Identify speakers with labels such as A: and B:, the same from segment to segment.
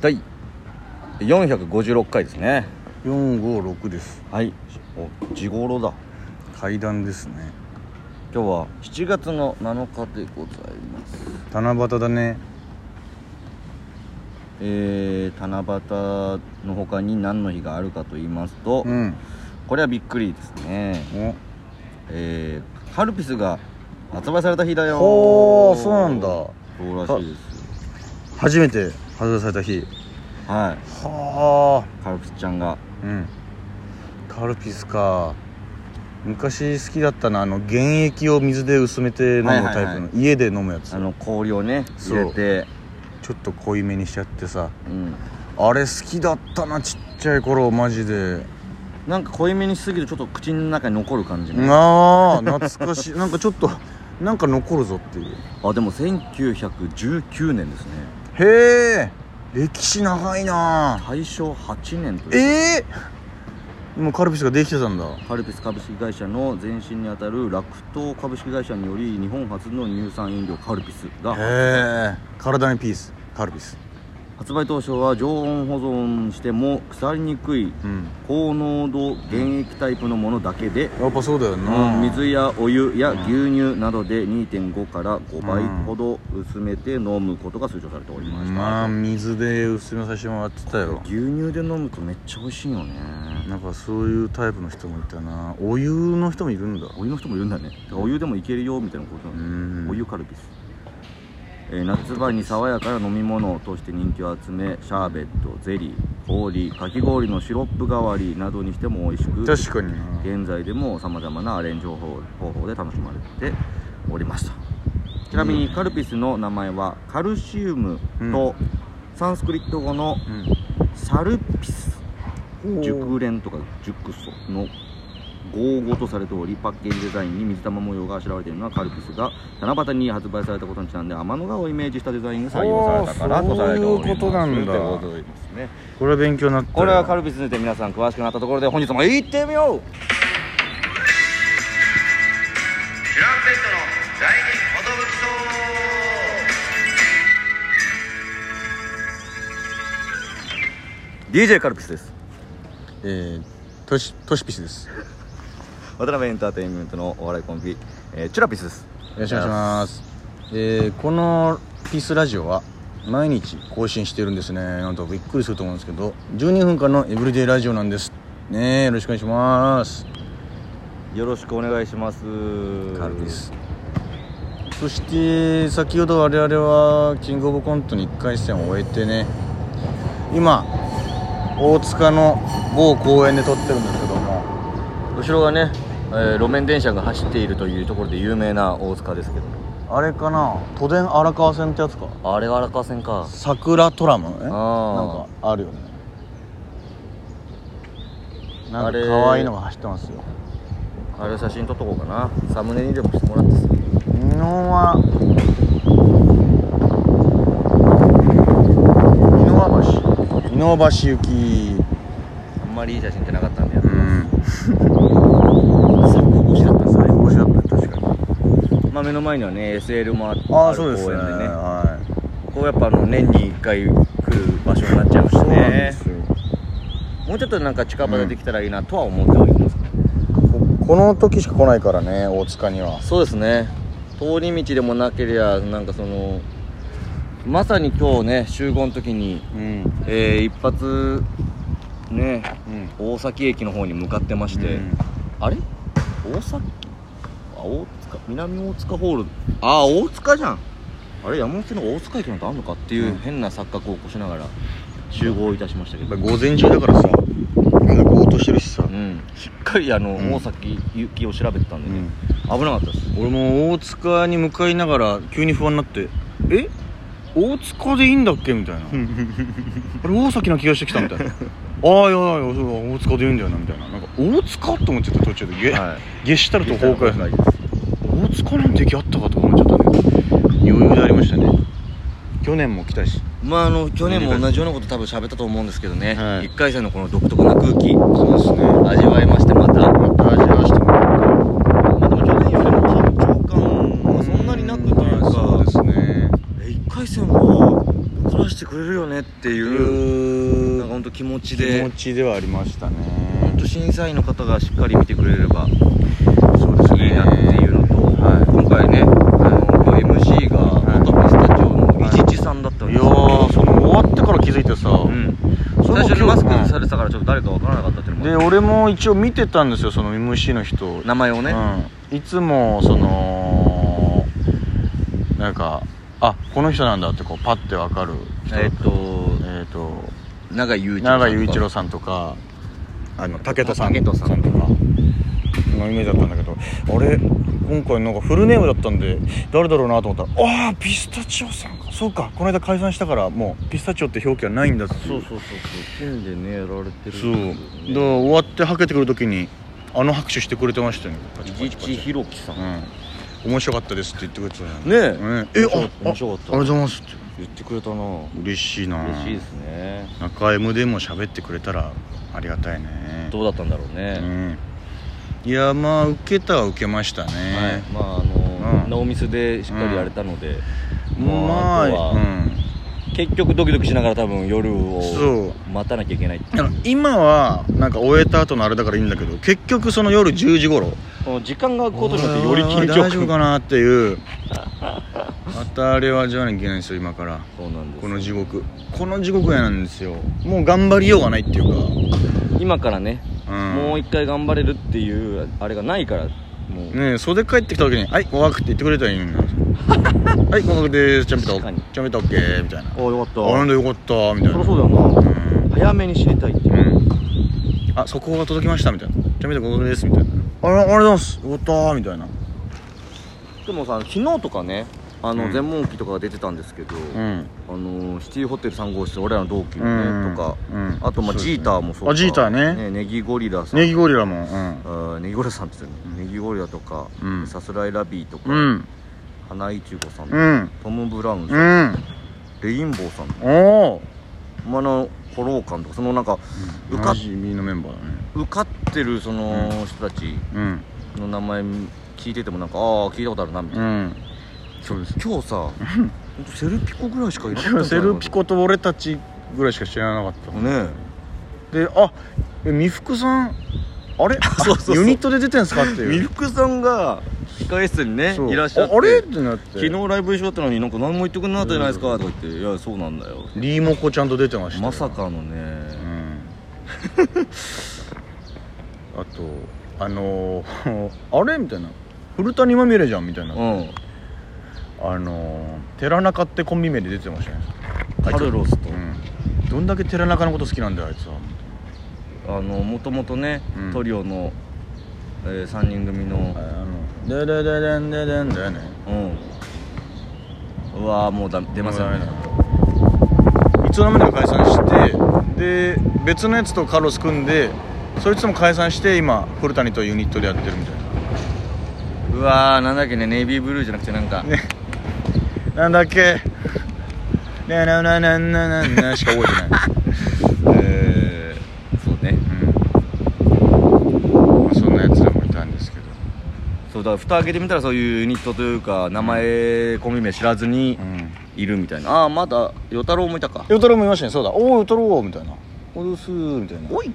A: 第456回ですね
B: 456です
A: はいお地頃だ
B: 階段ですね
A: 今日は7月の7日でございます
B: 七夕だね
A: えー、七夕の他に何の日があるかと言いますと、
B: うん
A: これはびっくりですね
B: お
A: えー、カルピスが発売された日だよ
B: ほーそうなんだ
A: そうらしいです
B: 初めて発売された日
A: は
B: はあ
A: いカルピスちゃんが
B: うんカルピスか昔好きだったなあの原液を水で薄めて飲むタイプの、
A: はいはいは
B: 家で飲むやつ
A: あの氷をね
B: そう
A: 入れて
B: ちょっと濃いめにしちゃってさ
A: うん
B: あれ好きだったなちっちゃい頃マジで
A: なんか濃いめにしすぎるとちょっと口の中に残る感じね
B: あー懐かしいなんかちょっとなんか残るぞっていう
A: あでも1919年ですね
B: へえ歴史長いな
A: 大正8年という
B: ええもうカルピスができてたんだ
A: カルピス株式会社の前身にあたる楽東株式会社により日本初の乳酸飲料カルピスが
B: へえ体にピースカルピス
A: 発売当初は常温保存しても腐りにくい
B: うん
A: 高濃度原液タイプのものだけで、
B: やっぱそうだよな、
A: 水やお湯や牛乳などで2.5から5倍
B: うん
A: ほど薄めて飲むことが推奨されておりました、
B: まあ水で薄めさせてもらってたよ
A: 牛乳で飲むとめっちゃ美味しいよね
B: なんかそういうタイプの人もいたなお湯の人もいるんだ
A: お湯の人もいるんだねだからお湯でもいけるよみたいなこと
B: う
A: なん
B: ん
A: だお湯カルピス、えー夏場に爽やかな飲み物を通して人気を集めシャーベットゼリー氷かき氷のシロップ代わりなどにしても美味しく
B: 確かにな
A: 現在でもさまざまなアレンジ方法方法で楽しまれておりましたちなみにカルピスの名前はカルシウムとサンスクリット語のサルピス
B: うん
A: 熟練とか熟素の合語とされておりパッケージデザインに水玉模様があしらわれているのはカルピスが七夕に発売されたことにちなんで天の川をイメージしたデザインが採用されたからとされております
B: おーそういうことなん
A: と
B: だ
A: いうことでございますね
B: これは勉強になったよ
A: これはカルピスにて皆さん詳しくなったところで本日も行ってみ
C: チュランペット
A: よう
C: の第二
A: DJ カルピスです
B: えー、トシトシピスですよ
A: 渡辺エンターテインメントのお笑いコンビ、えーチュラピスです
B: ろしくお願いしますえー、このピースラジオは毎日更新してるんですねなんとびっくりすると思うんですけど12分間のエブリデイラジオなんですねえよろしくお願いします
A: よろしくお願いします
B: カルピスそして先ほど我々はキングオブコントに1回戦を終えてね今大塚の某公園で撮ってるんですけども
A: 後ろがね、えー路面電車が走っているというところで有名な大塚ですけど
B: あれかな都電荒川線ってやつか
A: あれが荒川線か
B: 桜トラムねなん
A: あ
B: かあるよねなんか可愛いのが走ってますよ
A: あれ写真撮っとこうかなサムネにでもしてもらってさ
B: 日本は井の橋行き
A: あんまりいい写真ってなかったんだよ
B: うん
A: 面白かった
B: 最高しだった確かに
A: まあ目の前にはね SL もあって
B: ああそうですね
A: 公園でね
B: は
A: ここやっぱあの年に1回来る場所になっちゃいま
B: い
A: した
B: そうな
A: ね
B: んですよ
A: もうちょっとなんか近場でできたらいいなとは思っております、
B: ここの時しか来ないからね大塚には
A: そうですね通り道でもなけりゃなんかそのまさに今日ね集合の時に、
B: うん
A: えー一発ね
B: うん
A: 大崎駅の方に向かってまして、あれ大崎あ大塚南大塚ホールああ大塚じゃんあれ山手の大塚駅なんてあんのかっていううん変な錯覚を起こしながら集合いたしましたけど、
B: 午前中だからさなんかぼーっとしてるしさ
A: うん、しっかりあの、
B: ん
A: 大崎行きを調べてたんでね、危なかったです
B: 俺も大塚に向かいながら急に不安になってえ大塚でいいんだっけ みたいなあれ大崎な気がしてきたみたいなああいやいやいやそう大塚でいいんだよなみたいななんか大塚と思っちゃった途中でゲ,、
A: は
B: ゲシュタルト崩壊
A: ゲシュタル
B: 大塚なんて駅あったかとか思っちゃったね余裕でありましたね去年も来たし
A: まああの去年も同じようなこと多分喋ったと思うんですけどね、
B: はい
A: 1回戦のこの独特な空気
B: そうですね
A: 味わいましてまた
B: また味わわせてもらって
A: まあでも去年よりも緊張感はそんなになくというか、
B: そうですね
A: え一回戦はずらしてくくれるよねって
B: て
A: いう
B: い
A: なんか
B: う
A: 本当気持ち
B: 気
A: で
B: 持ちではありましたね
A: 本当審査員の方がしっかり見てくれれば
B: そうです
A: いいなっていうのと、
B: はい
A: 今回ね、あの MC が
B: はい
A: 元ピスタチオのいちちさんだったん
B: い
A: で
B: や
A: すよ、
B: ーその終わってから気づいてさ、
A: うん、
B: そ
A: 最
B: れも
A: 初に
B: 今
A: マ
B: 日
A: スクされてたからちょっと誰かわからなかったっていうのも
B: で俺も一応見てたんですよその MC の人を
A: 名前をね、
B: うん、いつもそのなんかあこの人なんだってこうパッてわかる人
A: えっ、と
B: えーと
A: 永井雄一郎さん
B: 永井雄一郎
A: さ
B: さんとかあの武田さん
A: 武田さん
B: とかのイメージだったんだけどあれ今回なんかフルネームだったんで誰だろうなと思ったらああピスタチオさんかそうかこの間解散したからもうピスタチオって表記はないんだって
A: そうそうそうそうピンでねやられてる
B: そうん
A: で
B: だ
A: す
B: から
A: よね
B: 終わってはけてくる時にあの拍手してくれてましたよねパチパ
A: い
B: チ
A: ち
B: パチ
A: ちひろきさん、
B: うん面白かったですって言ってくれてたね
A: ねえ
B: ねえ
A: 面白面白かった
B: あああありがとうございますって
A: 言ってくれたな
B: 嬉しいな
A: 嬉しいですね
B: 中 M でも喋ってくれたらありがたいね
A: どうだったんだろうね、
B: うんいやまあ受けたは受けましたね、
A: はい、まああの、
B: うん
A: ノーミスでしっかりやれたので、もう
B: まあ
A: あとは
B: うん
A: 結局ドキドキしながら多分夜を
B: そう
A: 待たなきゃいけないってい
B: だ
A: う
B: から今はなんか終えた後のあれだからいいんだけど結局その夜10時頃
A: この時間がことによってより緊張
B: 大丈夫か
A: 感
B: なっていうまたあれは味わわなきゃいけないんですよ今から
A: そうなんです
B: この地獄この地獄やなんですよもう頑張りようがないっていうか、
A: 今からね、
B: うん、
A: もう一回頑張れるっていうあれがないからもう、
B: ねえ袖帰ってきた時に「はい合格」って言ってくれたらいいのにな はい合格ですチャンピオ
A: 確
B: ン
A: かに
B: チャンピオンオッケーみたいな
A: ああよかった
B: あなんだよかったみたい
A: そりゃ
B: な
A: そうだよな
B: うん
A: 早めに知りたいっていう、
B: うん、あ速報が届きましたみたいな「チャンピオン合格です」みたいな「あらありがとうございますよかった」みたいな
A: でもさ昨日とかねあの、
B: うん
A: 全問記とかが出てたんですけど、
B: うん
A: あのシティホテル3号室俺らの同期の
B: う
A: ね、
B: ん
A: とか、
B: うん
A: あとまあ、
B: そうです
A: ジ
B: ね
A: ーターもそうか
B: あジーターね
A: ネギゴリラさん
B: ネギゴリラもうん
A: あーネギゴリラさんって言ってたねネギゴリラとか、
B: うん
A: さすらいラビーとか、
B: うん
A: 花井中子さん、
B: うん
A: トム・ブラウンさん、
B: うん
A: レインボーさん
B: おお
A: 馬のコローカンとかそのなんか受かっ
B: じみのメンバーだね
A: 受かってるその人たち
B: うん
A: の名前聞いててもなんかああ聞いたことあるなみたいな、
B: うんそうです
A: 今日さほんとセルピコぐらいしかいなかったんじ
B: セ
A: ゃない
B: ルピコと俺たちぐらいしか知らなかった
A: ね
B: であえ美福さんあれ
A: そうそうそう
B: ユニットで出てんすかって
A: え美
B: いう
A: 福さんが控え室にね
B: そう
A: いらっしゃって
B: ああれってなって
A: 昨日ライブ一緒だったのになんか何も言ってくんなかったじゃないですかとか言って「いやそうなんだよ
B: リーモコちゃんと出てまし」たよ
A: まさかのね、
B: うんあとあのーあれみたいな古谷まみれじゃんみたいな、
A: うん、
B: あのー寺中ってコンビ名で出てましたねあいつ
A: カルロスと、
B: うんどんだけ寺中のこと好きなんだよあいつは
A: あのもともとね、
B: うん
A: トリオの、え3人組の
B: あ、のででででんででんだよね
A: うんうわーもうだ出ませんね
B: いつの間にか解散してで別のやつとカルロス組んでそいつも解散して今古谷とユニットでやってるみたいう
A: わーなんだっけねネイビーブルーじゃなくてなんか、
B: ねななんだっけなななななななしか覚えてない、
A: えー、そうね
B: うんまあ、そんなやつらもいたんですけど
A: そうだから蓋開けてみたらそういうユニットというか名前コンビ名知らずに
B: うん
A: いるみたいな、ああまだ与太郎もいたか
B: 与太郎もいましたねそうだおお与太郎みたいなおどすみたいな
A: おい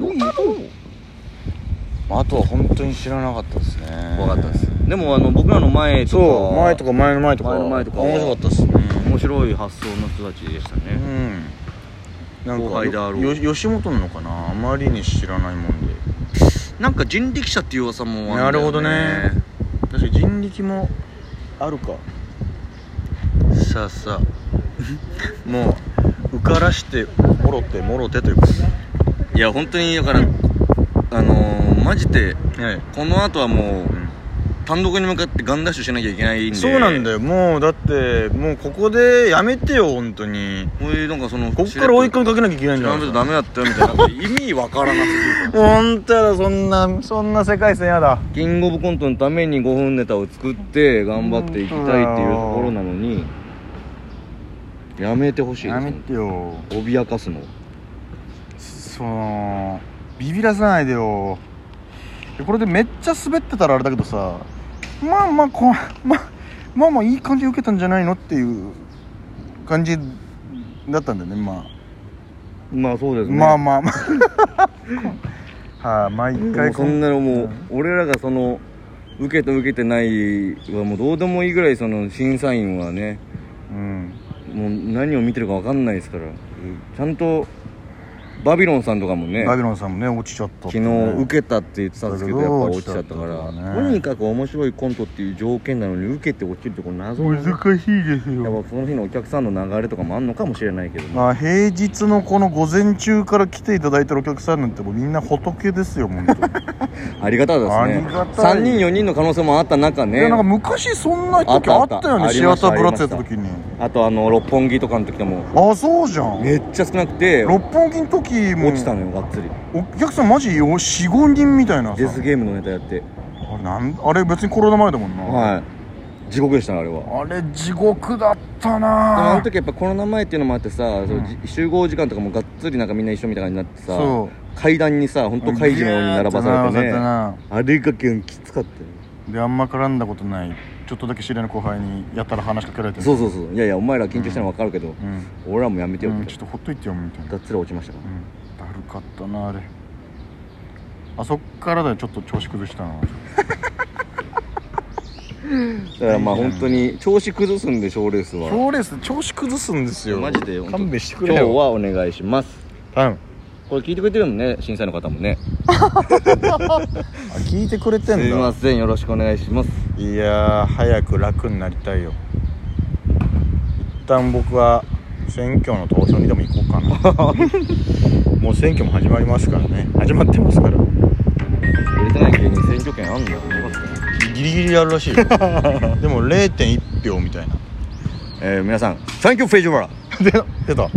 A: おい与太郎
B: あとは本当に知らなかったですね
A: 怖かったですでもあの僕らの前とか
B: そう前とか前の前とか
A: 前の前とか
B: あ面白かったっすね
A: 面白い発想の人たちでしたね、
B: うんなん
A: 後輩であ
B: か
A: ろう
B: よよ吉本なのかなあまりに知らないもんで
A: なんか人力車っていう噂もあんだよ
B: なるほどね確かに人力もあるかさあさあ もう受からしてもろてもろてというか
A: いや本当にだからあのー、マジで
B: はい、
A: この後はもう単独に向かってガンダッシュしなきゃいけないんで
B: そうなんだよもうだってもうここでやめてよ本当に
A: こういうなんかその
B: こっから追い込み
A: み
B: かけなきゃいけないんじゃない
A: とダメだったよみたいななんか意味わからなすぎる
B: 本当やだそんなそんな世界線やだ
A: キングオブコントのために5分ネタを作って頑張っていきたいっていうところなのにやめてほしいで
B: や
A: す
B: め
A: ね
B: てよ
A: 脅かすの
B: そのビビらさないでよこれでめっちゃ滑ってたらあれだけどさまあまあこまあまあまあいい感じで受けたんじゃないのっていう感じだったんだよねま
A: まあそう
B: あ、
A: ですね
B: まあ まあまあはい、毎
A: も
B: 回
A: うそんなのもう、
B: うん
A: 俺らがその受けた受けてないはもうどうでもいいぐらいその審査員はね
B: うん
A: もう何を見てるかわかんないですからちゃんとバビロンさんとかもね
B: バビロンさんもね落ちちゃったって
A: 昨
B: ね、
A: 日受けたって言ってたんですけど
B: だ
A: やっ
B: け
A: ぱ
B: ど
A: 落ちちゃったから
B: 落ちちゃったから
A: と
B: ね
A: にかく面白いコントっていう条件なのに受けて落ちるってこの謎のやっぱ
B: 難しいですよ
A: その日のお客さんの流れとかもあんのかもしれないけども
B: まあ平日のこの午前中から来ていただいてるお客さんなんてもうみんな仏ですよ本当に
A: ありがたいですね
B: ありがたい
A: 3人4人の可能性もあった中
B: いや
A: ね
B: なんか昔そんな
A: あっ
B: 時
A: た
B: あ
A: あ
B: っ
A: った
B: たよね
A: あり
B: シ
A: ま
B: ア
A: した
B: ターブラってやった時に
A: あとあの六本木とかの時でも
B: あそうじゃん
A: めっちゃ少なくて
B: 六本木の時も
A: 落ちたのよがっつり
B: お客さんマジ45人みたいなさ
A: デスゲームのネタやって
B: あれなんあれ別にコロナ前だもんな、
A: はい地獄でしたねあれは
B: あれ地獄だった
A: でも
B: な
A: あの時やっぱコロナ前っていうのもあってさ、そうじ集合時間とかもがっつりなんかみんな一緒みたいな感じになってさ
B: そ
A: 階段にさほん
B: う
A: と怪獣のように並ばされて
B: ギューッ
A: ね
B: 並ばさ
A: あれがきつかったよ
B: れてなであんま絡んだことないちょっとだけ知り合いの後輩にやたら話しかけられて
A: そう
B: う
A: そうそういやいやお前ら緊張したの分かるけど、
B: うん、
A: 俺らもやめてよ
B: う
A: み
B: ん
A: た
B: ち
A: い
B: ょっ
A: な、
B: とほっといてよみたいな
A: がっつり落ちましたか
B: うんだるかったなあれあそっからだよちょっと調子崩したのは
A: らだからまあ本当に調子崩すんで賞レースは
B: ーレース調子崩すんです
A: マジで本当
B: 弁して
A: 今日はお願いします
B: 頼む
A: これ聞いてくれてるもんね審査員の方もね
B: あ聞いてくれて
A: す
B: ん
A: いま
B: だ
A: せんよろしくお願いします
B: いやー早く楽になりたいよ一旦僕は選挙の投票にでも行こうかな もう選挙も始まりますからね始まってますから
A: 売れてない芸人選挙権あんのよ
B: ギリギリあるらしいよ でも0.1票みたいな
A: えー皆さんサンキューフェイジョバラ
B: で出た